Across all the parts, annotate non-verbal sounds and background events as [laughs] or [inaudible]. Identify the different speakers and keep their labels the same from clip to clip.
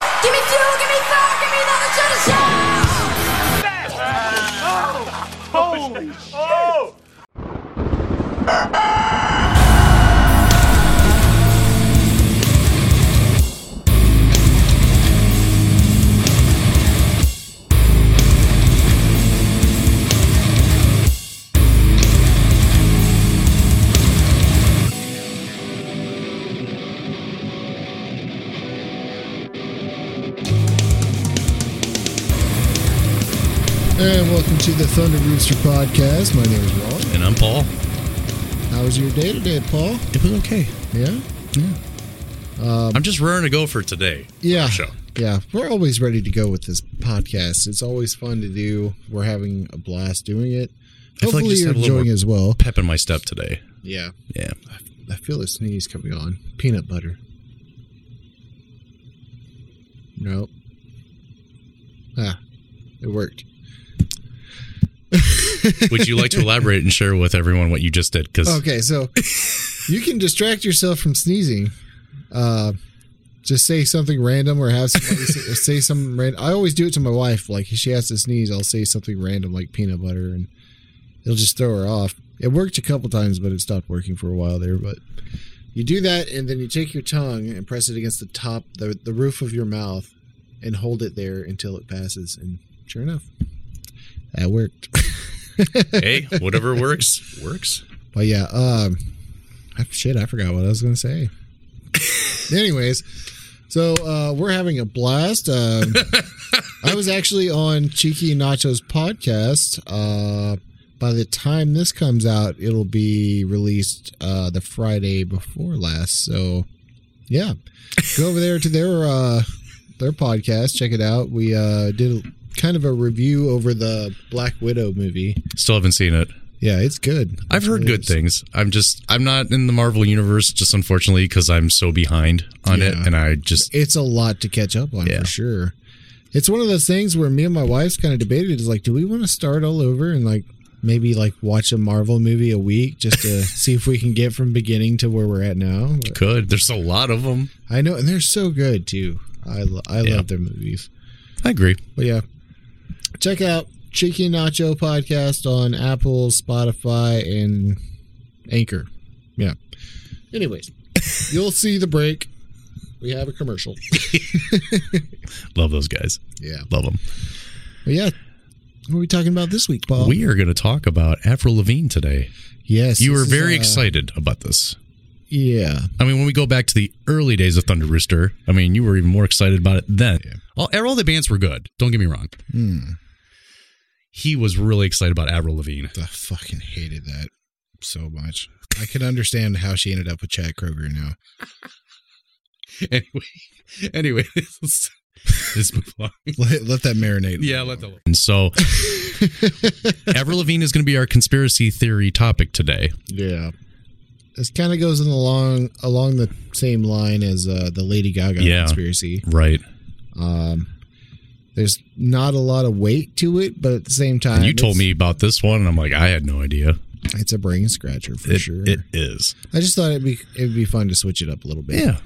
Speaker 1: Give me fuel, give me fire, give me another shot of show!
Speaker 2: And welcome to the Thunder Rooster Podcast. My name is Ron.
Speaker 3: And I'm Paul.
Speaker 2: How was your day today, Paul?
Speaker 3: It was okay.
Speaker 2: Yeah?
Speaker 3: I'm just raring to go for today.
Speaker 2: Um, Yeah.
Speaker 3: Sure.
Speaker 2: Yeah. We're always ready to go with this podcast. It's always fun to do. We're having a blast doing it.
Speaker 3: I feel like
Speaker 2: Hopefully
Speaker 3: just
Speaker 2: you're
Speaker 3: have a little
Speaker 2: enjoying it
Speaker 3: more-
Speaker 2: as well.
Speaker 3: Pep in my step today.
Speaker 2: Yeah.
Speaker 3: Yeah.
Speaker 2: I feel a sneeze coming on. Peanut butter. No. Ah. It worked.
Speaker 3: Would you like to elaborate and share with everyone what you just did? Because
Speaker 2: Okay, so you can distract yourself from sneezing. Uh, just say something random or have somebody say, say some random. I always do it to my wife. Like if she has to sneeze, I'll say something random like peanut butter, and it'll just throw her off. It worked a couple times, but it stopped working for a while there. But you do that, and then you take your tongue and press it against the top, the, the roof of your mouth, and hold it there until it passes. And sure enough, that worked.
Speaker 3: hey, whatever works works.
Speaker 2: But yeah, um, I- shit, I forgot what I was gonna
Speaker 3: [laughs]
Speaker 2: say. Anyways, so uh, we're having a blast.
Speaker 3: [laughs]
Speaker 2: Um, I was actually on Cheeky Nachos podcast. Uh, by the time this comes out, it'll be released uh, the Friday before last. So yeah, go over there to their uh, their podcast. Check it out. We uh, did kind of a review over the Black Widow movie.
Speaker 3: Still haven't seen it.
Speaker 2: Yeah, it's good.
Speaker 3: I've heard good
Speaker 2: things.
Speaker 3: things. I'm just I'm not in the Marvel universe, just unfortunately, because I'm so behind on it,
Speaker 2: Yeah.
Speaker 3: and I just
Speaker 2: it's a lot to catch up on
Speaker 3: Yeah.
Speaker 2: for sure. It's one of those things where me and my wife's kind of debated is like, do we want to start all over and like maybe like watch a Marvel movie a week just
Speaker 3: [laughs]
Speaker 2: to see if we can get from beginning to where we're at now? But
Speaker 3: could. There's a lot of them.
Speaker 2: I know, and they're so good too. I lo- I
Speaker 3: Yeah.
Speaker 2: love their movies,
Speaker 3: I agree.
Speaker 2: but yeah, check out Cheeky Nacho podcast on Apple, Spotify, and Anchor. Yeah.
Speaker 3: [laughs]
Speaker 2: Anyways, you'll see the break. We have a commercial.
Speaker 3: [laughs] Love those guys.
Speaker 2: Yeah.
Speaker 3: Love them.
Speaker 2: But yeah, what are we talking about this week, Paul?
Speaker 3: we are going to talk about Avril Lavigne today.
Speaker 2: yes,
Speaker 3: You
Speaker 2: this
Speaker 3: were
Speaker 2: is,
Speaker 3: very
Speaker 2: uh,
Speaker 3: excited about this.
Speaker 2: Yeah,
Speaker 3: I mean, when we go back to the early days of Thunder Rooster, I mean, you were even more excited about it then. All, all the bands were good. Don't get me wrong.
Speaker 2: Hmm.
Speaker 3: He was really excited about Avril Lavigne. [laughs]
Speaker 4: I fucking hated that so much. I can understand how she ended up with Chad Kroger now. [laughs]
Speaker 3: Anyway, anyway, let's, let's move on.
Speaker 4: Let, let that marinate.
Speaker 3: [laughs] Yeah, let the. And [laughs] so, Avril Lavigne is going to be our conspiracy theory topic today.
Speaker 2: yeah. This kind of goes in along along the same line as uh, the Lady Gaga
Speaker 3: Yeah.
Speaker 2: conspiracy.
Speaker 3: Right.
Speaker 2: Um, there's not a lot of weight to it, but at the same time,
Speaker 3: And you told
Speaker 2: it's-
Speaker 3: me about this one, and I'm like, I had no idea.
Speaker 2: it's a brain scratcher for
Speaker 3: It,
Speaker 2: sure.
Speaker 3: it is.
Speaker 2: I just thought it'd be it'd be fun to switch it up a little bit.
Speaker 3: Yeah.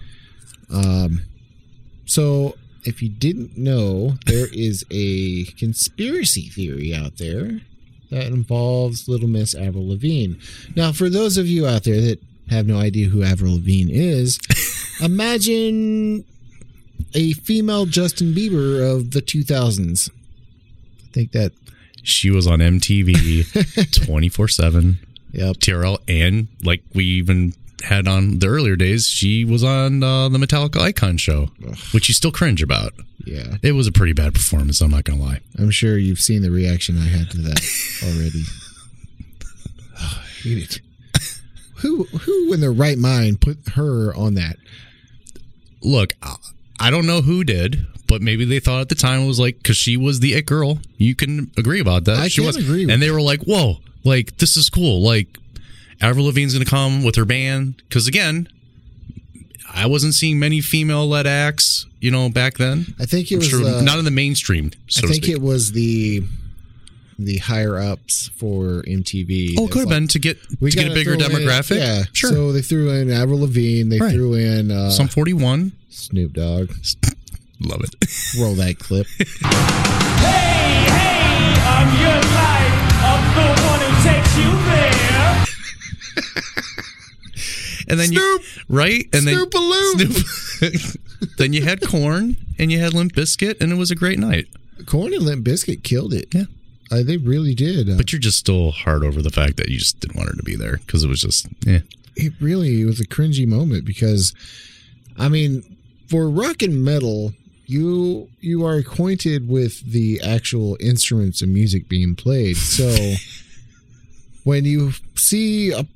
Speaker 2: Um, so if you didn't know, there is a conspiracy theory out there that involves Little Miss Avril Lavigne. Now, for those of you out there that have no idea who Avril Lavigne [laughs] is, imagine a female Justin Bieber of the 2000s. I think that,
Speaker 3: She was on [laughs] MTV 24 7.
Speaker 2: yep.
Speaker 3: TRL, and like we even had on the earlier days, she was on uh, the Metallica Icon show, which you still cringe about.
Speaker 2: Yeah.
Speaker 3: It was a pretty bad performance. I'm not gonna lie.
Speaker 2: I'm sure you've seen the reaction I had to [laughs] that already. Oh, Hate it. Who who in their right mind put her on that?
Speaker 3: Look, I- I don't know who did, but maybe they thought at the time it was like because she was the it girl. You can agree about that.
Speaker 2: I
Speaker 3: she
Speaker 2: can
Speaker 3: was,
Speaker 2: agree with
Speaker 3: and they were like, "Whoa, like this is cool." Like Avril Lavigne's gonna come with her band because again. I wasn't seeing many female-led acts, you know, back then.
Speaker 2: I think it
Speaker 3: I'm
Speaker 2: was
Speaker 3: sure
Speaker 2: uh,
Speaker 3: not in the mainstream. So
Speaker 2: I
Speaker 3: to
Speaker 2: think
Speaker 3: speak.
Speaker 2: it was the the higher ups for MTV.
Speaker 3: Oh, it
Speaker 2: that
Speaker 3: could have
Speaker 2: was
Speaker 3: been to get
Speaker 2: like,
Speaker 3: to get a
Speaker 2: gotta
Speaker 3: bigger
Speaker 2: throw in-
Speaker 3: demographic.
Speaker 2: yeah,
Speaker 3: sure.
Speaker 2: So they threw in Avril Lavigne. They
Speaker 3: Right.
Speaker 2: threw in uh,
Speaker 3: [laughs] Some forty one.
Speaker 2: Snoop Dogg.
Speaker 3: Love it. [laughs]
Speaker 4: Roll that clip.
Speaker 5: Hey, hey, I'm your life. I'm the one who takes you there.
Speaker 3: And then
Speaker 2: Snoop!
Speaker 3: you right, and then
Speaker 2: Snoopaloo!
Speaker 3: Snoop. [laughs] then you had corn, and you had Limp Biscuit, and it was a great night.
Speaker 2: Corn and Limp Biscuit killed it.
Speaker 3: Yeah.
Speaker 2: Uh, they really did. Uh,
Speaker 3: But you're just still hard over the fact that you just didn't want her to be there because it was just yeah.
Speaker 2: it really was a cringy moment because, I mean, for rock and metal, you you are acquainted with the actual instruments and music being played. So when you see a,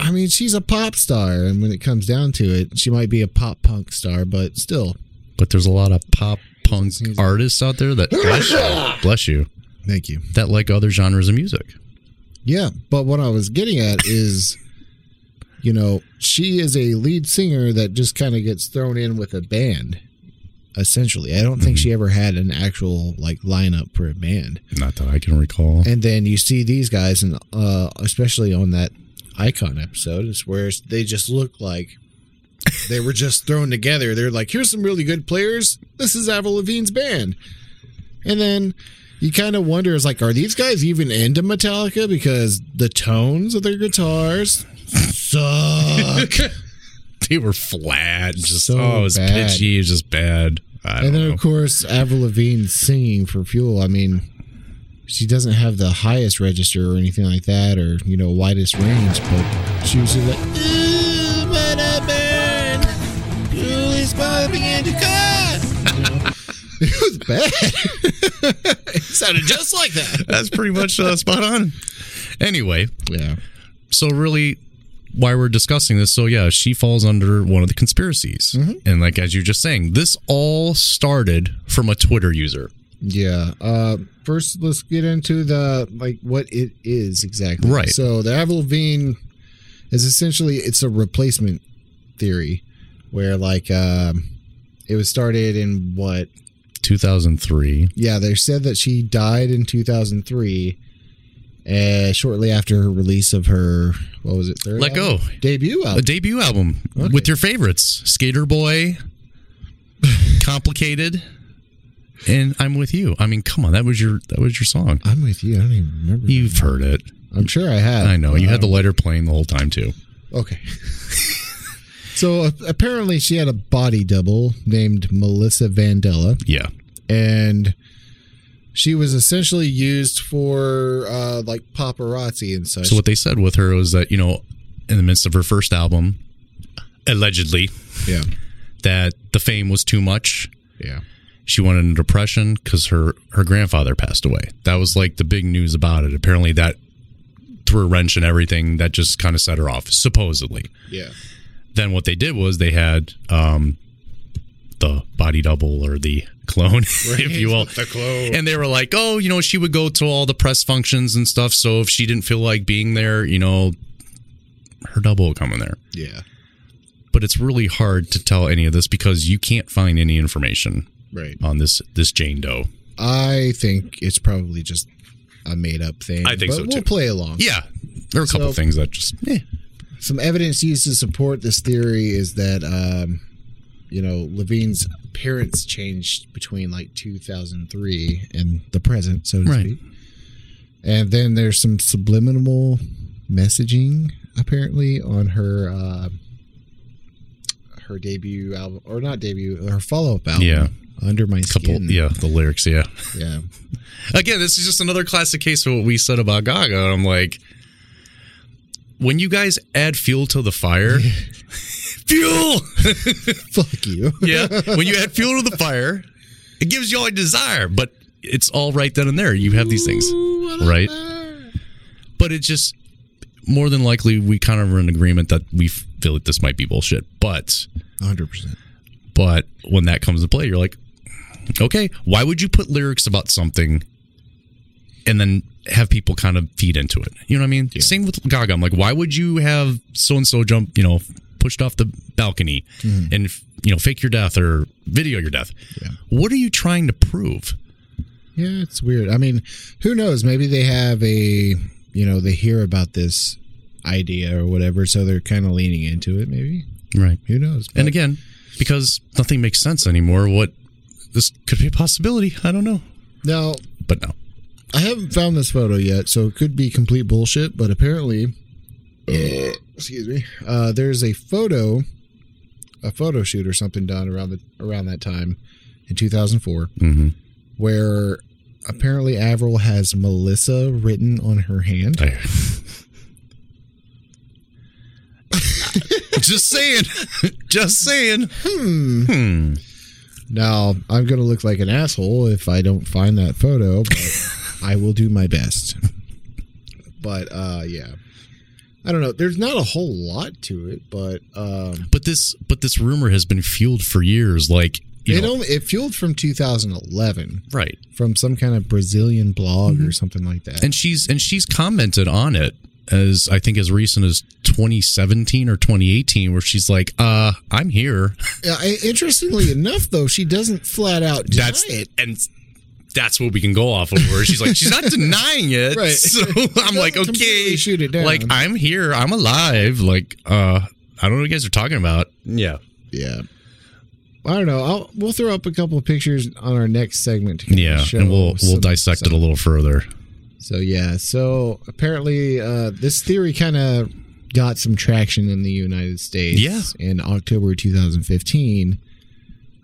Speaker 2: I mean, she's a pop star, and when it comes down to it, she might be a pop punk star, but still,
Speaker 3: But there's a lot of pop punk artists out
Speaker 2: [laughs]
Speaker 3: there that bless you, bless you
Speaker 2: thank you.
Speaker 3: that like other genres of music.
Speaker 2: Yeah, but what I was getting at is, you know, she is a lead singer that just kind of gets thrown in with a band. Essentially, I don't think she ever had an actual like lineup for a band.
Speaker 3: Not that I can recall.
Speaker 2: And then you see these guys, and uh, especially on that icon episode, is where they just look like they were just thrown together. They're like, here's some really good players. This is Avril Lavigne's band. And then you kind of wonder, is like, are these guys even into Metallica? Because the tones of their guitars suck.
Speaker 3: [laughs] They were flat, just
Speaker 2: So
Speaker 3: oh, it was
Speaker 2: bad.
Speaker 3: pitchy, it was just bad. I don't
Speaker 2: and then,
Speaker 3: know.
Speaker 2: of course, Avril Lavigne singing for Fuel. I mean, she doesn't have the highest register or anything like that, or you know, widest range. But she was just like, "Ooh, what a burn! Fuel is pumping into cars." [laughs] It was bad. [laughs] it sounded just like that.
Speaker 3: That's pretty much uh, spot on. Anyway,
Speaker 2: Yeah.
Speaker 3: so really why we're discussing this so yeah she falls under one of the conspiracies and like as you're just saying this all started from a twitter user
Speaker 2: Yeah. Uh, first, let's get into the like what it is exactly.
Speaker 3: Right.
Speaker 2: So the Avril Lavigne is essentially it's a replacement theory, where like um, it was started in what?
Speaker 3: 2003
Speaker 2: Yeah, they said that she died in 2003, uh, shortly after her release of her what was it? Third
Speaker 3: Let
Speaker 2: album?
Speaker 3: Go.
Speaker 2: debut
Speaker 3: a
Speaker 2: album.
Speaker 3: debut album with your favorites skater boy complicated and i'm with you i mean come on that was your that was your song
Speaker 2: I'm with you. I don't even remember.
Speaker 3: you've heard it
Speaker 2: I'm sure I have.
Speaker 3: i know
Speaker 2: but
Speaker 3: you
Speaker 2: I
Speaker 3: had the lighter playing the whole time too
Speaker 2: Okay. so uh, apparently, she had a body double named Melissa Vandella,
Speaker 3: yeah
Speaker 2: and she was essentially used for uh, like paparazzi and such.
Speaker 3: So what they said with her was that you know, in the midst of her first album, allegedly,
Speaker 2: yeah,
Speaker 3: that the fame was too much.
Speaker 2: yeah,
Speaker 3: She went into depression because her her grandfather passed away. That was like the big news about it. Apparently, that threw a wrench and everything. That just kind of set her off, supposedly.
Speaker 2: yeah.
Speaker 3: Then what they did was they had um, the body double or the clone, [laughs] if you will,
Speaker 4: The clothes.
Speaker 3: and they were like, oh, you know, she would go to all the press functions and stuff. So if she didn't feel like being there, you know, her double will come in there.
Speaker 2: Yeah,
Speaker 3: But it's really hard to tell any of this because you can't find any information
Speaker 2: right.
Speaker 3: on this this Jane Doe.
Speaker 2: I think it's probably just a made up thing.
Speaker 3: I think
Speaker 2: but
Speaker 3: so,
Speaker 2: We'll
Speaker 3: too.
Speaker 2: play along.
Speaker 3: Yeah, there are a couple
Speaker 2: So-
Speaker 3: things that just eh,
Speaker 2: some evidence used to support this theory is that um, you know Levine's parents changed between like 2003 and the present, so to
Speaker 3: Right.
Speaker 2: speak. And then there's some subliminal messaging apparently on her uh, her debut album, or not debut, her follow up album.
Speaker 3: Yeah.
Speaker 2: under my
Speaker 3: couple.
Speaker 2: skin.
Speaker 3: Yeah, the lyrics. Yeah.
Speaker 2: yeah. [laughs]
Speaker 3: Again, this is just another classic case of what we said about Gaga. And I'm like, when you guys add fuel to the fire, [laughs] fuel.
Speaker 2: Fuck you.
Speaker 3: Yeah. When you add fuel to the fire, it gives you all you desire, but it's all right then and there. You have these things, right? But it just more than likely we kind of are in agreement that we feel that this might be bullshit. But
Speaker 2: 100. percent
Speaker 3: but when that comes to play, you're like, okay, why would you put lyrics about something and then have people kind of feed into it? You know what I mean? Same with Gaga. I'm like, why would you have so and so jump, you know, pushed off the balcony and, you know, fake your death or video your death? What are you trying to prove?
Speaker 2: Yeah, it's weird. I mean, who knows? Maybe they have a, you know, they hear about this idea or whatever, so they're kind of leaning into it. Maybe
Speaker 3: Right.
Speaker 2: who knows?
Speaker 3: And again, because nothing makes sense anymore, what this could be a possibility. I don't know,
Speaker 2: Now,
Speaker 3: but no.
Speaker 2: I haven't found this photo yet, so it could be complete bullshit, but apparently, [clears throat] excuse me, uh, there's a photo, a photo shoot or something done around the around that time in 2004, where apparently Avril has Melissa written on her hand.
Speaker 3: I- [laughs] just saying, just saying.
Speaker 2: Now, I'm going to look like an asshole if I don't find that photo, but
Speaker 3: [laughs]
Speaker 2: I will do my best. But uh, yeah, I don't know. There's not a whole lot to it, but. Um,
Speaker 3: But this, but this rumor has been fueled for years. Like you
Speaker 2: it
Speaker 3: know,
Speaker 2: only it fueled from 2011
Speaker 3: right?
Speaker 2: from some kind of Brazilian blog or something like that.
Speaker 3: Mm-hmm. And she's and she's commented on it as I think as recent as 2017 or 2018, where she's like, "Uh, I'm here."
Speaker 2: Uh, I- interestingly enough, though, she doesn't flat out deny
Speaker 3: That's
Speaker 2: it.
Speaker 3: and that's what we can go off of. Where she's like, she's not denying
Speaker 2: [laughs]
Speaker 3: it.
Speaker 2: Right.
Speaker 3: So I'm like,
Speaker 2: Doesn't
Speaker 3: okay,
Speaker 2: completely shoot it down.
Speaker 3: Like I'm here, I'm alive. Like uh, I don't know what you guys are talking about. Yeah.
Speaker 2: Yeah, I don't know. I'll, we'll throw up a couple of pictures on our next segment. To kinda
Speaker 3: Yeah,
Speaker 2: show
Speaker 3: and we'll we'll
Speaker 2: some-
Speaker 3: dissect
Speaker 2: some-
Speaker 3: it a little further.
Speaker 2: So yeah, so apparently uh, this theory kind of got some traction in the United States.
Speaker 3: Yeah.
Speaker 2: in October 2015,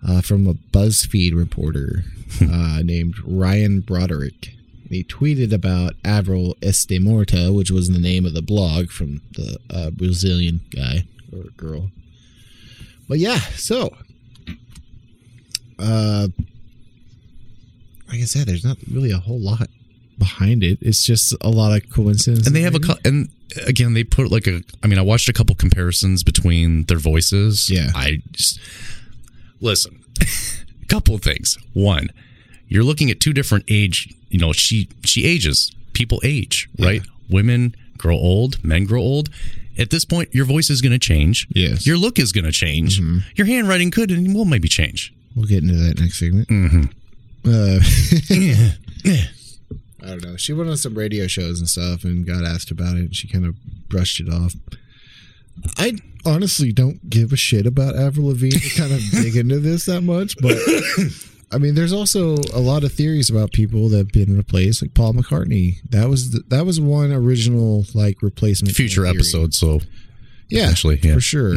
Speaker 2: uh, from a BuzzFeed reporter uh, named Ryan Broderick. He tweeted about Avril Estemorta, which was the name of the blog from the uh, Brazilian guy or girl. But yeah, so uh, like I said, there's not really a whole lot behind it. It's just a lot of coincidence.
Speaker 3: And they have a cou- and again they put like a. I mean, I watched a couple comparisons between their voices.
Speaker 2: Yeah.
Speaker 3: I just listen. [laughs] a couple of things. One, you're looking at two different age. You know, she she ages. People age, right? Women grow old. Men grow old. At this point, your voice is going to change.
Speaker 2: Yes. Mm-hmm.
Speaker 3: Your look is going to change. Your handwriting could and will maybe change.
Speaker 2: We'll get into that next segment.
Speaker 3: Mm-hmm.
Speaker 2: Uh, [laughs] I don't know. She went on some radio shows and stuff and got asked about it, and she kind of brushed it off. I honestly don't give a shit about Avril Lavigne to
Speaker 3: [laughs]
Speaker 2: kind of dig into this that much, but I mean, there's also a lot of theories about people that have been replaced, like Paul McCartney. That was the, that was one original like replacement.
Speaker 3: Future
Speaker 2: theory.
Speaker 3: episode. So
Speaker 2: yeah,
Speaker 3: potentially, yeah. Mm-hmm.
Speaker 2: for sure.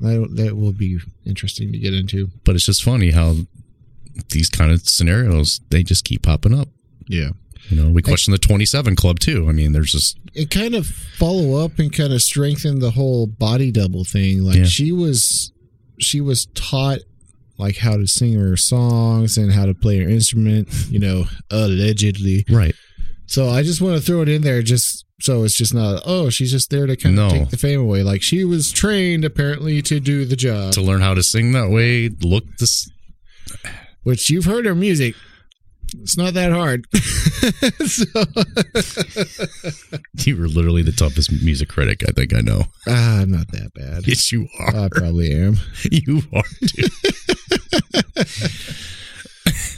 Speaker 2: That that will be interesting to get into.
Speaker 3: but it's just funny how these kind of scenarios they just keep popping up.
Speaker 2: Yeah.
Speaker 3: You know, we question the 27 club too. I mean, there's just
Speaker 2: it kind of follow up and kind of strengthen the whole body double thing. Like
Speaker 3: Yeah.
Speaker 2: she was, she was taught like how to sing her songs and how to play her instrument. You know, allegedly.
Speaker 3: right.
Speaker 2: So I just want to throw it in there, just so it's just not. Oh, she's just there to kind
Speaker 3: No.
Speaker 2: of take the fame away. Like she was trained apparently to do the job,
Speaker 3: To learn how to sing that way, look this.
Speaker 2: which you've heard her music. It's not that hard. [laughs] so,
Speaker 3: You were literally the toughest music critic I think I know. [laughs]
Speaker 2: ah, I'm not that bad.
Speaker 3: Yes, you are.
Speaker 2: I probably am.
Speaker 3: [laughs] you are, dude.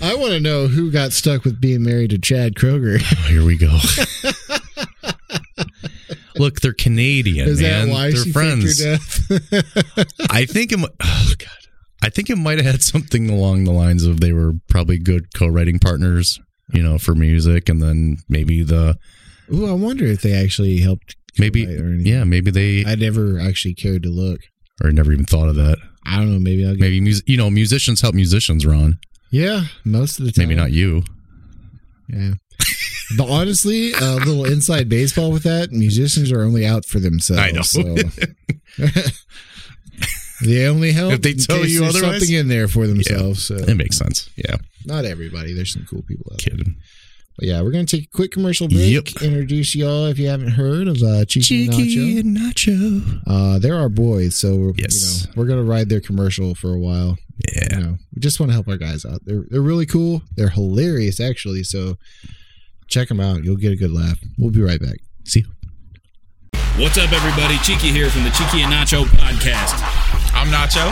Speaker 2: I want to know who got stuck with being married to Chad Kroger.
Speaker 3: [laughs] Oh, here we go. [laughs] look, they're Canadian,
Speaker 2: Is
Speaker 3: man.
Speaker 2: that why
Speaker 3: they're
Speaker 2: she
Speaker 3: friends.
Speaker 2: friends. death?
Speaker 3: I think it. mi- [sighs] Oh God. I think it might have had something along the lines of they were probably good co-writing partners, you know, for music, and then maybe the
Speaker 2: Ooh, I wonder if they actually helped.
Speaker 3: maybe
Speaker 2: co-write or anything.
Speaker 3: yeah maybe they
Speaker 2: I never actually cared to look.
Speaker 3: or never even thought of that.
Speaker 2: I don't know. Maybe I'll get.
Speaker 3: Maybe mus- you know musicians help musicians, Ron.
Speaker 2: Yeah, most of the time.
Speaker 3: Maybe not you.
Speaker 2: Yeah. but honestly, a little inside baseball with that. Musicians are only out for themselves.
Speaker 3: I know. [laughs]
Speaker 2: so. they only help
Speaker 3: If they
Speaker 2: in
Speaker 3: tell
Speaker 2: case
Speaker 3: you
Speaker 2: there's
Speaker 3: otherwise-
Speaker 2: something in there for themselves. So
Speaker 3: It makes sense. Yeah,
Speaker 2: not everybody. There's some cool people out there.
Speaker 3: kidding.
Speaker 2: But yeah, we're gonna take a quick commercial break.
Speaker 3: Yep.
Speaker 2: Introduce y'all if you haven't heard of uh, Cheeky, Nacho.
Speaker 3: and Nacho.
Speaker 2: Uh, they're our boys, so
Speaker 3: Yes.
Speaker 2: you know we're gonna ride their commercial for a while.
Speaker 3: Yeah.
Speaker 2: You know, we just want to help our guys out. They're they're really cool. They're hilarious, actually. So check them out. You'll get a good laugh. We'll be right back.
Speaker 3: See,
Speaker 6: What's up, everybody? Cheeky here from the Cheeky and Nacho podcast.
Speaker 7: I'm Nacho.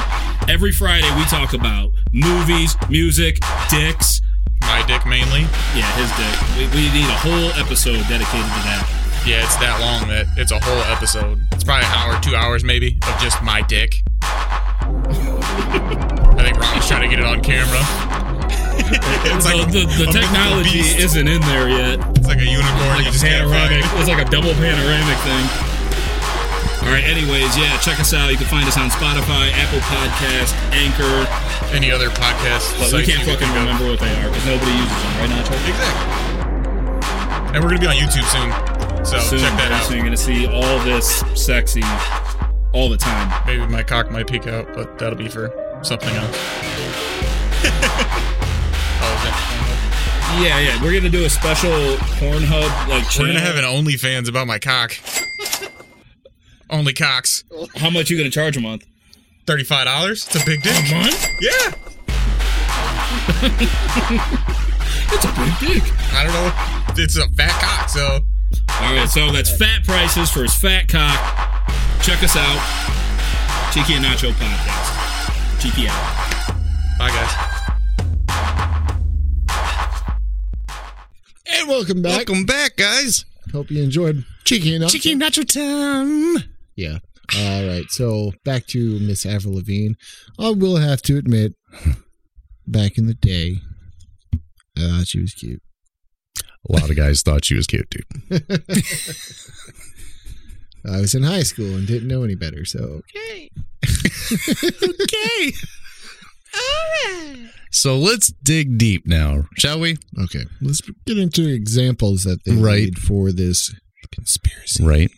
Speaker 6: Every Friday, we talk about movies, music, dicks.
Speaker 7: My dick mainly.
Speaker 6: Yeah, his dick. We, we need a whole episode dedicated to that.
Speaker 7: Yeah, it's that long that it's a whole episode. It's probably an hour, two hours maybe, of just my dick. I think Ron's trying to get it on camera. [laughs] It's like
Speaker 6: the, the, the
Speaker 7: a
Speaker 6: technology
Speaker 7: beast.
Speaker 6: isn't in there yet.
Speaker 7: It's like a unicorn. you just can't
Speaker 6: panoramic.
Speaker 7: find.
Speaker 6: It's like a double panoramic thing. All right. Anyways, yeah, check us out. You can find us on Spotify, Apple Podcast, Anchor.
Speaker 7: Any other podcast?
Speaker 6: But we
Speaker 7: sites
Speaker 6: can't
Speaker 7: you can
Speaker 6: fucking
Speaker 7: think of.
Speaker 6: remember what they are because nobody uses them, right, Nacho?
Speaker 7: Exactly. And we're gonna be on YouTube soon, so
Speaker 6: Soon,
Speaker 7: check that
Speaker 6: very
Speaker 7: out.
Speaker 6: soon you're gonna see all this sexy all the time.
Speaker 7: Maybe my cock might peek out, but that'll be for something else. [laughs] oh, is that-
Speaker 6: Yeah, yeah. We're gonna do a special Pornhub like.
Speaker 7: we're gonna
Speaker 6: channel.
Speaker 7: have an OnlyFans about my cock. Only cocks.
Speaker 6: How much you gonna charge a month?
Speaker 7: Thirty-five dollars. It's a big dick.
Speaker 6: month?
Speaker 7: Yeah.
Speaker 6: That's a big dick.
Speaker 7: I don't know. It's a fat cock, so
Speaker 6: All right, so that's fat prices for his fat cock. Check us out, Cheeky and Nacho podcast. Cheeky out.
Speaker 7: bye guys.
Speaker 2: And welcome back.
Speaker 3: Welcome back, guys.
Speaker 2: Hope you enjoyed Cheeky enough.
Speaker 3: Chicken nacho time.
Speaker 2: Yeah. All right. So back to Miss Avril Lavigne. I will have to admit, back in the day, I thought she was cute.
Speaker 3: A lot of guys thought she was cute, dude.
Speaker 2: I was in high school and didn't know any better. So
Speaker 3: Okay. All right. So let's dig deep now, shall we?
Speaker 2: okay, let's get into examples that they
Speaker 3: Right.
Speaker 2: need for this conspiracy.
Speaker 3: Right.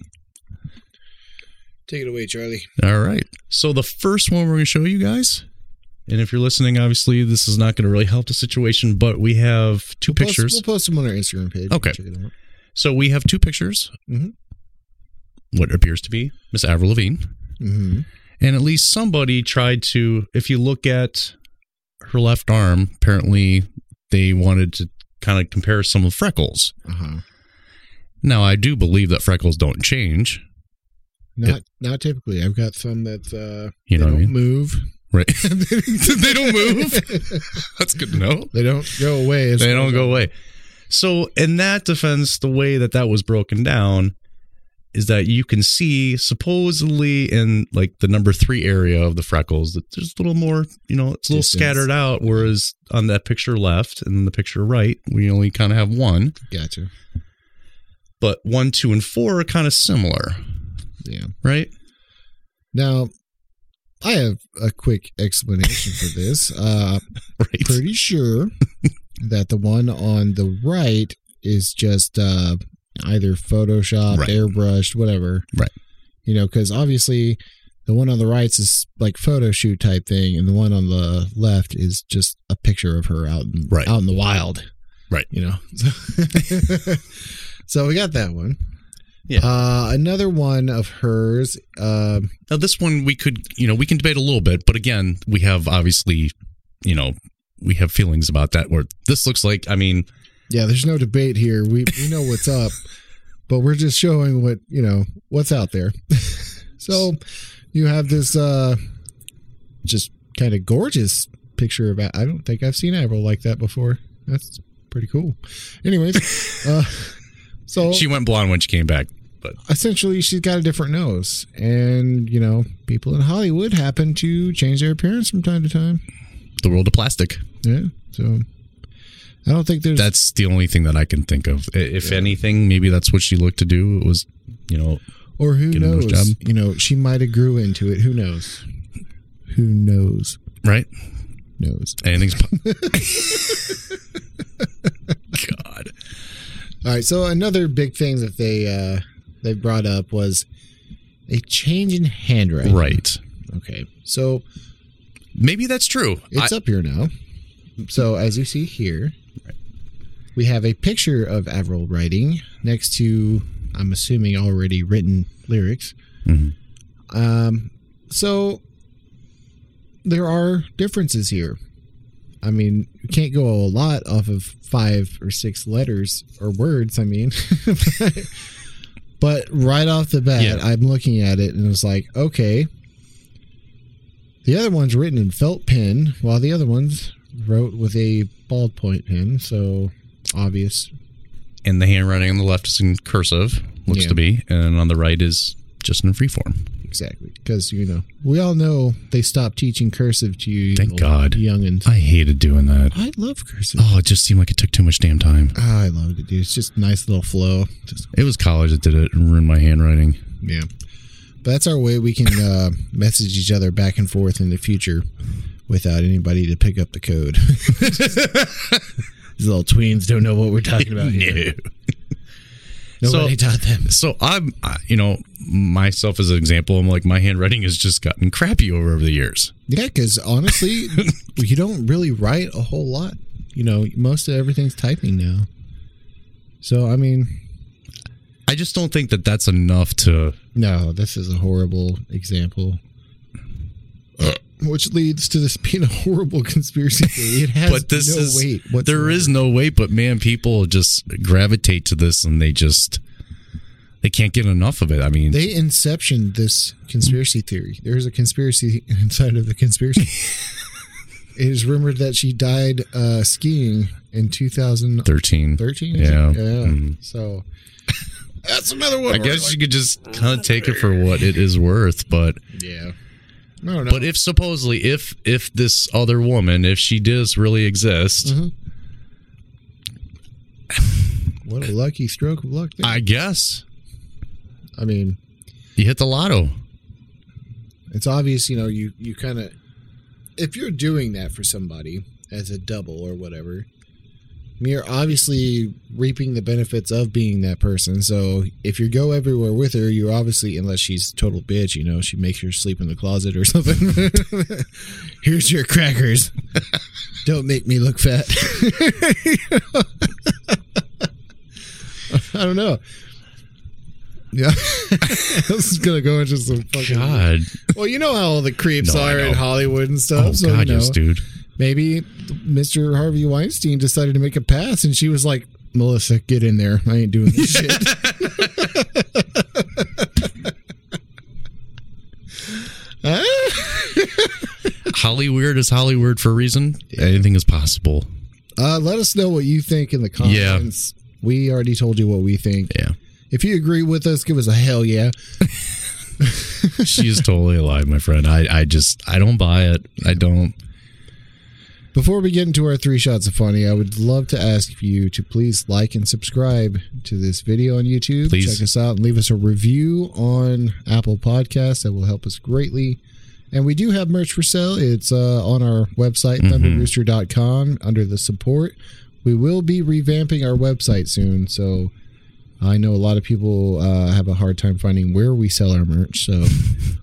Speaker 2: Take it away, Charlie.
Speaker 3: All right. So the first one we're going to show you guys, and if you're listening, obviously this is not going to really help the situation, but we have 2
Speaker 2: We'll post-
Speaker 3: pictures.
Speaker 2: We'll post them on our Instagram page.
Speaker 3: Okay.
Speaker 2: Check it out.
Speaker 3: So we have two pictures.
Speaker 2: Mhm.
Speaker 3: What appears to be Miss Avril Lavigne,
Speaker 2: hmm
Speaker 3: and at least somebody tried to. If you look at her left arm, apparently they wanted to kind of compare some of freckles.
Speaker 2: Uh huh.
Speaker 3: Now I do believe that freckles don't change.
Speaker 2: Not not typically. I've got some that uh,
Speaker 3: You know
Speaker 2: they
Speaker 3: what I
Speaker 2: don't
Speaker 3: mean? [laughs]
Speaker 2: move.
Speaker 3: Right? they don't move. [laughs] That's good to know.
Speaker 2: They don't go away. as
Speaker 3: they
Speaker 2: far
Speaker 3: don't
Speaker 2: as
Speaker 3: go away. So, in that defense, the way that that was broken down is that you can see supposedly in like the number three area of the freckles that there's a little more, you know, it's a little
Speaker 2: Distance.
Speaker 3: scattered out. Whereas on that picture left and the picture right, we only kind of have one,
Speaker 2: I- Gotcha.
Speaker 3: but one, two, and four are kind of similar,
Speaker 2: Yeah.
Speaker 3: right?
Speaker 2: Now, I have a quick explanation for this. Uh,
Speaker 3: Right.
Speaker 2: pretty
Speaker 3: [laughs]
Speaker 2: sure that the one on the right is just uh, either photoshopped,
Speaker 3: Right.
Speaker 2: airbrushed, whatever.
Speaker 3: Right.
Speaker 2: You know, because obviously the one on the right's is like photo shoot type thing, and the one on the left is just a picture of her out in
Speaker 3: Right.
Speaker 2: out in the wild.
Speaker 3: Right.
Speaker 2: You know. [laughs] So, so we got that one.
Speaker 3: Yeah.
Speaker 2: Uh, another one of hers. Um,
Speaker 3: Now, this one we could, you know, we can debate a little bit, but again, we have obviously, you know, we have feelings about that. Where this looks like, I mean,
Speaker 2: Yeah, there's no debate here. We we know what's up, but we're just showing what you know what's out there. [laughs] so you have this uh just kind of gorgeous picture of I don't think I've seen Avril like that before. That's pretty cool. Anyways, uh so
Speaker 3: she went blonde when she came back, but
Speaker 2: essentially she's got a different nose and you know people in Hollywood happen to change their appearance from time to time.
Speaker 3: the world of plastic.
Speaker 2: Yeah. So I don't think there's
Speaker 3: That's the only thing that I can think of. I- If anything, maybe that's what she looked to do. It was, you know,
Speaker 2: Or who
Speaker 3: Get a nose
Speaker 2: knows?
Speaker 3: job.
Speaker 2: You know, she might have grew into it. Who knows? Who knows?
Speaker 3: right?
Speaker 2: Knows.
Speaker 3: Anything's. po- God.
Speaker 2: All right. So another big thing that they uh, they brought up was a change in handwriting.
Speaker 3: Right.
Speaker 2: Okay. So
Speaker 3: Maybe that's true.
Speaker 2: it's up here now. So as you see here, we have a picture of Avril writing next to, I'm assuming, already written lyrics. Um, so there are differences here. I mean, you can't go a lot off of five or six letters or words. I mean, [laughs] but right off the bat,
Speaker 3: Yeah.
Speaker 2: I'm looking at it and it's like, okay, the other one's written in felt pen, while the other one's wrote with a ballpoint pen. So obvious.
Speaker 3: and the handwriting on the left is in cursive, looks
Speaker 2: Yeah.
Speaker 3: to be, and on the right is just in free form.
Speaker 2: exactly. Because you know, we all know they stopped teaching cursive to you.
Speaker 3: Thank God.
Speaker 2: youngins.
Speaker 3: I hated doing that.
Speaker 2: I love cursive.
Speaker 3: Oh, it just seemed like it took too much damn time.
Speaker 2: Ah, I loved it, dude. It's just nice little flow. Just
Speaker 3: It was college that did it and ruined my handwriting.
Speaker 2: yeah. But that's our way we can uh, [laughs] message each other back and forth in the future without anybody to pick up the code. [laughs] These little tweens don't know what we're talking
Speaker 3: [laughs]
Speaker 2: about. Here. Nobody taught them.
Speaker 3: So I'm, I- you know, myself as an example, I'm like my handwriting has just gotten crappy over over the years.
Speaker 2: Yeah, because honestly, you don't really write a whole lot. You know, most of everything's typing now. So I mean,
Speaker 3: I just don't think that that's enough to.
Speaker 2: No, this is a horrible example. Which leads to this being a horrible conspiracy theory. It has
Speaker 3: But this
Speaker 2: no
Speaker 3: is
Speaker 2: weight.
Speaker 3: there is no way. But man, people just gravitate to this and they just they can't get enough of it. I mean,
Speaker 2: They inceptioned this conspiracy theory. There is a conspiracy [laughs] inside of the
Speaker 3: [laughs]
Speaker 2: conspiracy. it is rumored that she died uh, skiing in 2013.
Speaker 3: thirteen.
Speaker 2: is it?
Speaker 3: Yeah.
Speaker 2: yeah.
Speaker 3: Mhm.
Speaker 2: So
Speaker 4: That's another one.
Speaker 3: I guess you could just kind of take it for what it is worth, but
Speaker 2: yeah, no, no.
Speaker 3: but if supposedly if if this other woman, if she does really exist,
Speaker 2: Mm-hmm. what a lucky stroke of luck. there.
Speaker 3: I guess
Speaker 2: I mean,
Speaker 3: you hit the lotto.
Speaker 2: it's obvious you know you you kind of if you're doing that for somebody as a double or whatever I mean, you're obviously reaping the benefits of being that person so if you go everywhere with her you're obviously unless she's a total bitch you know she makes her sleep in the closet or [laughs] something here's your crackers don't make me look fat [laughs] i don't know yeah [laughs] this is gonna go into some fucking
Speaker 3: God,
Speaker 2: well, you know how all the creeps
Speaker 3: No, I
Speaker 2: are
Speaker 3: know.
Speaker 2: in Hollywood and stuff.
Speaker 3: oh
Speaker 2: so,
Speaker 3: God,
Speaker 2: you know,
Speaker 3: yes, dude.
Speaker 2: Maybe Mr. Harvey Weinstein decided to make a pass, and she was like, "Melissa, get in there. I ain't doing
Speaker 3: [laughs]
Speaker 2: this shit."
Speaker 3: Hollyweird is Hollyweird for a reason. Anything is possible.
Speaker 2: Uh, let us know what you think in the comments. We already told you what we think.
Speaker 3: Yeah,
Speaker 2: If you agree with us, give us a hell yeah.
Speaker 3: she is totally alive, my friend. I I just I don't buy it. I don't.
Speaker 2: Before we get into our three shots of funny, I would love to ask you to please like and subscribe to this video on YouTube.
Speaker 3: Please.
Speaker 2: Check us out and leave us a review on Apple Podcasts. That will help us greatly. And we do have merch for sale. It's uh, on our website, thunderrooster.com, under the support. We will be revamping our website soon. So I know a lot of people uh, have a hard time finding where we sell our merch. So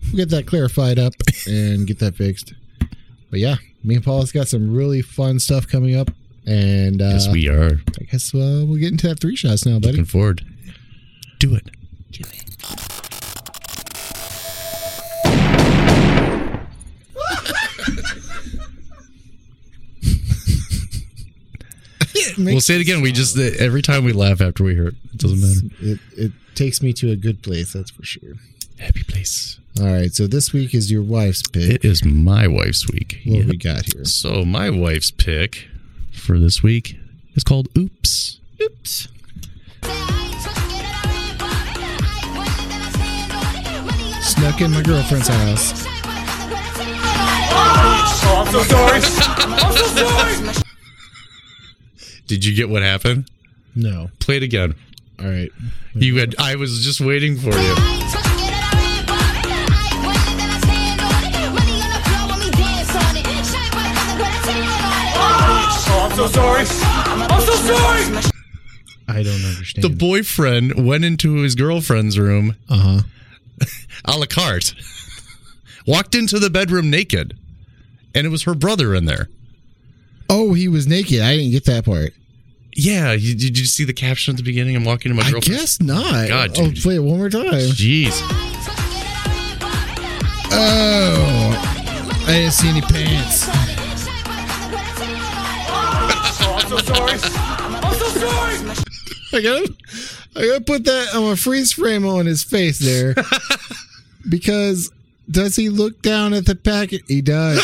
Speaker 2: we'll get that clarified up and get that fixed. But yeah, me and Paul's got some really fun stuff coming up. And uh,
Speaker 3: Yes, we are
Speaker 2: I guess uh, we'll get into that three shots now, buddy.
Speaker 3: looking forward.
Speaker 2: [laughs]
Speaker 3: Do it. We'll say it again. We just every time we laugh after we hear it, it doesn't matter.
Speaker 2: It, it takes me to a good place, that's for sure.
Speaker 3: Happy place.
Speaker 2: All right, so this week is your wife's pick.
Speaker 3: It is my wife's week.
Speaker 2: what
Speaker 3: Yeah.
Speaker 2: we got here?
Speaker 3: So my wife's pick for this week is called Oops. Oops.
Speaker 2: Snuck in my girlfriend's house.
Speaker 5: Oh, I'm so sorry. I'm so sorry.
Speaker 3: Did you get what happened?
Speaker 2: No.
Speaker 3: Play it again.
Speaker 2: All right.
Speaker 3: You had I was just waiting for you.
Speaker 5: Oh, I'm so sorry. I'm so sorry.
Speaker 2: I don't
Speaker 3: The
Speaker 2: understand.
Speaker 3: boyfriend went into his girlfriend's room
Speaker 2: uh huh.
Speaker 3: [laughs] a la carte, walked into the bedroom naked, and it was her brother in there.
Speaker 2: Oh, he was naked. I didn't get that part.
Speaker 3: Yeah, you, did you see the caption at the beginning? I'm walking to my
Speaker 2: I
Speaker 3: girlfriend.
Speaker 2: guess not.
Speaker 3: God,
Speaker 2: oh,
Speaker 3: dude.
Speaker 2: play it one more time.
Speaker 3: Jeez.
Speaker 2: Oh, I didn't see any pants.
Speaker 5: Oh, I'm so sorry. I'm so sorry.
Speaker 2: [laughs] I gotta, I gotta put that on a freeze frame on his face [laughs] there, because does he look down at the packet? He [laughs] does.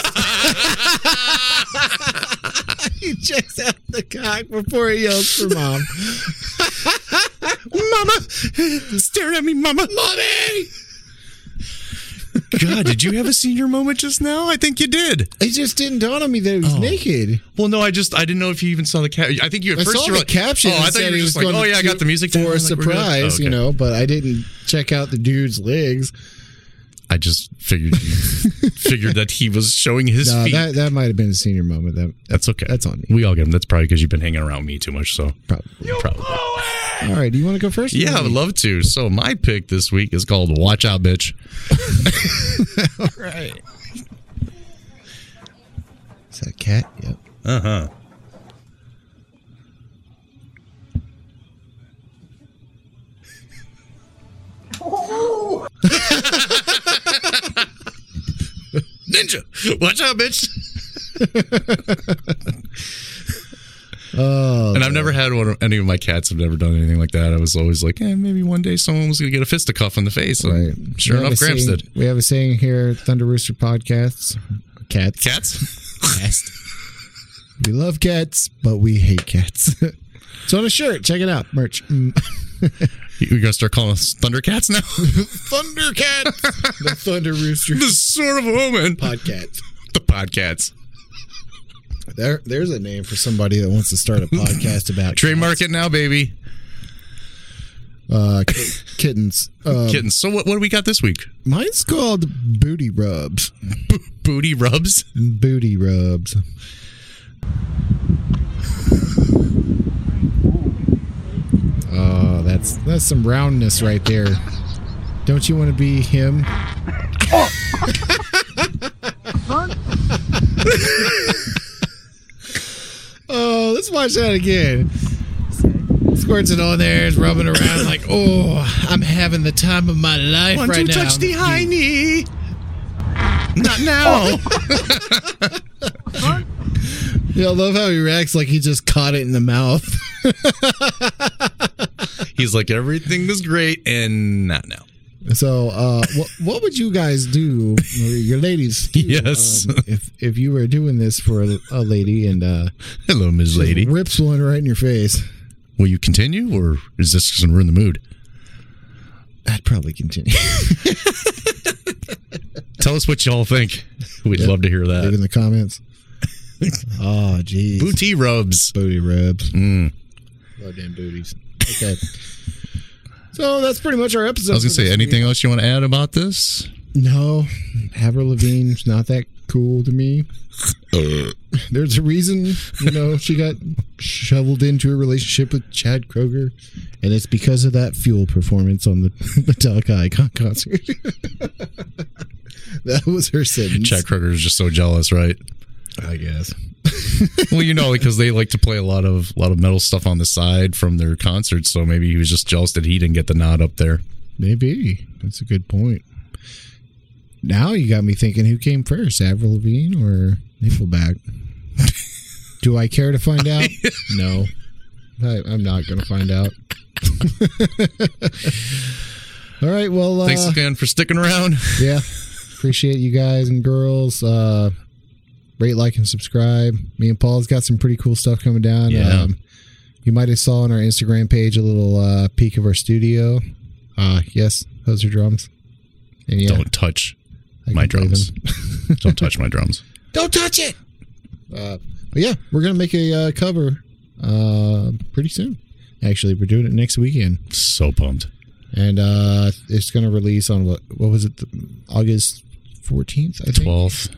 Speaker 2: he checks out the cock before he yells for [laughs] mom.
Speaker 3: Mama, stare at me, mama. Mommy. God, did you have a senior moment just now? I think you did.
Speaker 2: It just didn't dawn on me that he was naked.
Speaker 3: Well, no, I just I didn't know if you even saw the cap. I think you at
Speaker 2: I
Speaker 3: first
Speaker 2: saw
Speaker 3: you
Speaker 2: the
Speaker 3: were like,
Speaker 2: caption.
Speaker 3: Oh,
Speaker 2: that
Speaker 3: I thought
Speaker 2: said
Speaker 3: you
Speaker 2: he
Speaker 3: were
Speaker 2: was
Speaker 3: just like,
Speaker 2: going
Speaker 3: oh yeah, I
Speaker 2: to-
Speaker 3: got the music down,"
Speaker 2: for a
Speaker 3: like, we're good.
Speaker 2: surprise,
Speaker 3: Oh, okay.
Speaker 2: you know. But I didn't check out the dude's legs.
Speaker 3: I just [laughs] figured figured that he was showing his
Speaker 2: No,
Speaker 3: feet.
Speaker 2: Uh, that that might have been a senior moment. That
Speaker 3: that's okay.
Speaker 2: that's on me.
Speaker 3: We all get them. That's probably because you've been hanging around me too much. So
Speaker 2: probably.
Speaker 3: probably.
Speaker 2: All right, do you want to go first?
Speaker 3: Yeah, I would love to. So my pick this week is called "Watch Out, Bitch."
Speaker 2: Is that a cat? Yep.
Speaker 3: Uh huh. Ninja, watch out, bitch! [laughs]
Speaker 2: Oh,
Speaker 3: And I've never had one. Any of my cats have never done anything like that. I was always like, eh, maybe one day someone was gonna get a fisticuff in the face. And
Speaker 2: right. We
Speaker 3: Sure
Speaker 2: have
Speaker 3: enough,
Speaker 2: a
Speaker 3: Gramps
Speaker 2: saying-
Speaker 3: did.
Speaker 2: We have a saying here: Thunder Rooster podcasts, cats.
Speaker 3: Cats? [laughs]
Speaker 2: We love cats, but we hate cats. [laughs] it's on a shirt. Check it out. Merch. Mm.
Speaker 3: [laughs] You're gonna start calling us Thundercats [laughs] now? Thundercat,
Speaker 2: the Thunder Rooster
Speaker 3: [laughs] the sort of woman.
Speaker 2: podcast.
Speaker 3: the podcasts.
Speaker 2: There, there's a name for somebody that wants to
Speaker 3: [laughs]
Speaker 2: start a podcast about
Speaker 3: Trademark it now, baby.
Speaker 2: uh, ki- kittens. Um,
Speaker 3: Kittens. So what? What do we got this week?
Speaker 2: Mine's called booty rubs.
Speaker 3: B- booty rubs.
Speaker 2: Booty rubs. Oh, that's that's some roundness right there. Don't you want to be him? [laughs] oh, let's watch that again. Squirts it on there, it's rubbing around like, oh, I'm having the time of my life right now.
Speaker 3: high knee. Not now.
Speaker 2: Yeah, I love how he reacts like he just caught it in the mouth. [laughs]
Speaker 3: He's like everything was great and not now.
Speaker 2: So, uh, what what would you guys do, or your
Speaker 3: [laughs]
Speaker 2: ladies? do,
Speaker 3: Yes.
Speaker 2: um, if if you were doing this for a, a lady and uh,
Speaker 3: Hello, Ms. Lady.
Speaker 2: rips one right in your face,
Speaker 3: Will you continue, or is this going to ruin the mood?
Speaker 2: I'd probably
Speaker 3: [laughs]
Speaker 2: continue.
Speaker 3: Tell us what y'all think. We'd love to hear
Speaker 2: Leave
Speaker 3: that.
Speaker 2: in the comments. Oh, jeez.
Speaker 3: Booty Mm. rubs.
Speaker 2: Booty rubs. Love damn booties. Okay. So that's pretty much our episode.
Speaker 3: I was gonna
Speaker 2: for
Speaker 3: say
Speaker 2: this
Speaker 3: anything else you want to add about this?
Speaker 2: week. No, Avril Lavigne's not that cool to me. there's a reason, you know, she got shoveled into a relationship with Chad Kroger, and it's because of that fuel performance on the [laughs] the Talk Icon concert. [laughs] that was her sentence.
Speaker 3: Chad Kroger is just so jealous, right?
Speaker 2: I guess.
Speaker 3: [laughs]
Speaker 2: [laughs]
Speaker 3: Well, you know, because they like to play a lot of lot of metal stuff on the side from their concerts, so maybe he was just jealous that he didn't get the nod up there.
Speaker 2: Maybe that's a good point. Now you got me thinking: who came first, Avril Lavigne or
Speaker 3: [laughs]
Speaker 2: Nickelback? Do I care to find out? no, I, I'm not going to find out. [laughs] All right. Well, uh,
Speaker 3: Thanks again for sticking around.
Speaker 2: yeah appreciate you guys and girls uh rate like and subscribe me and paul's got some pretty cool stuff coming down Um,
Speaker 3: Yeah.
Speaker 2: you might have saw on our instagram page a little uh peek of our studio uh yes those are drums and [laughs] yeah
Speaker 3: Don't touch
Speaker 2: I
Speaker 3: my
Speaker 2: can play
Speaker 3: drums.
Speaker 2: them.
Speaker 3: [laughs] Don't touch my drums.
Speaker 2: don't touch it uh but yeah we're gonna make a uh, cover uh pretty soon actually we're doing it next weekend
Speaker 3: So pumped.
Speaker 2: and uh it's gonna release on what what was it the, august 14th i think
Speaker 3: 12th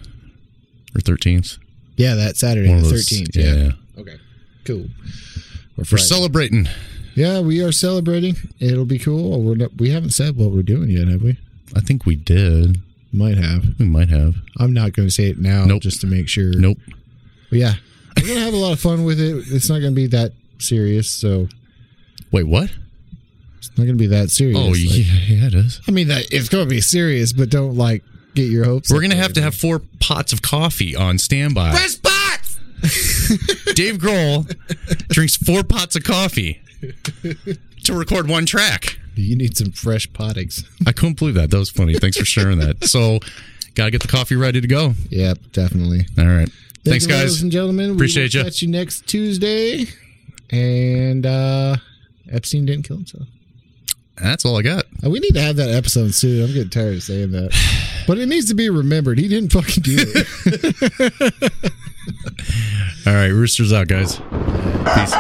Speaker 3: or 13th.
Speaker 2: Yeah, that Saturday,
Speaker 3: One
Speaker 2: the
Speaker 3: of those-
Speaker 2: thirteenth. Yeah. Okay. Cool. We're
Speaker 3: We're
Speaker 2: Friday.
Speaker 3: celebrating.
Speaker 2: yeah, we are celebrating. It'll be cool. We're not, we haven't said what we're doing yet, have we?
Speaker 3: I think we did.
Speaker 2: Might have.
Speaker 3: We might have.
Speaker 2: I'm not going to say it now,
Speaker 3: Nope.
Speaker 2: just to make sure.
Speaker 3: Nope.
Speaker 2: But yeah, we're gonna have a lot of fun with it. It's not gonna be that serious, so
Speaker 3: Wait, what?
Speaker 2: it's not gonna be that serious.
Speaker 3: Oh,
Speaker 2: Like,
Speaker 3: yeah, yeah, it is.
Speaker 2: I mean, that it's gonna be serious, but don't like get your hopes.
Speaker 3: We're
Speaker 2: up
Speaker 3: going to
Speaker 2: or
Speaker 3: have to have four pots of coffee on standby.
Speaker 1: Press box!
Speaker 3: [laughs] Dave Grohl drinks four pots of coffee to record one track.
Speaker 2: anything. You need some fresh pottings.
Speaker 3: I couldn't believe that. That was funny. Thanks for sharing that. So, got to get the coffee ready to go.
Speaker 2: [laughs] yep, definitely.
Speaker 3: All right. Thanks,
Speaker 2: Thank you,
Speaker 3: guys.
Speaker 2: ladies and gentlemen. We
Speaker 3: Appreciate
Speaker 2: will
Speaker 3: ya.
Speaker 2: Catch you next Tuesday. And uh Epstein didn't kill himself.
Speaker 3: That's all I got.
Speaker 2: Uh, We need to have that episode soon. I'm getting tired of saying that. [sighs] But it needs to be remembered. He didn't fucking do
Speaker 3: [laughs]
Speaker 2: it.
Speaker 3: All right, Rooster's out, guys. Peace.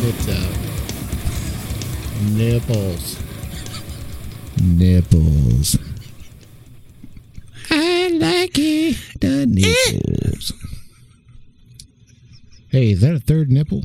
Speaker 2: Nipped out. Nipples. Nipples. I like it. Eh. The nipples. hey, is that a third nipple?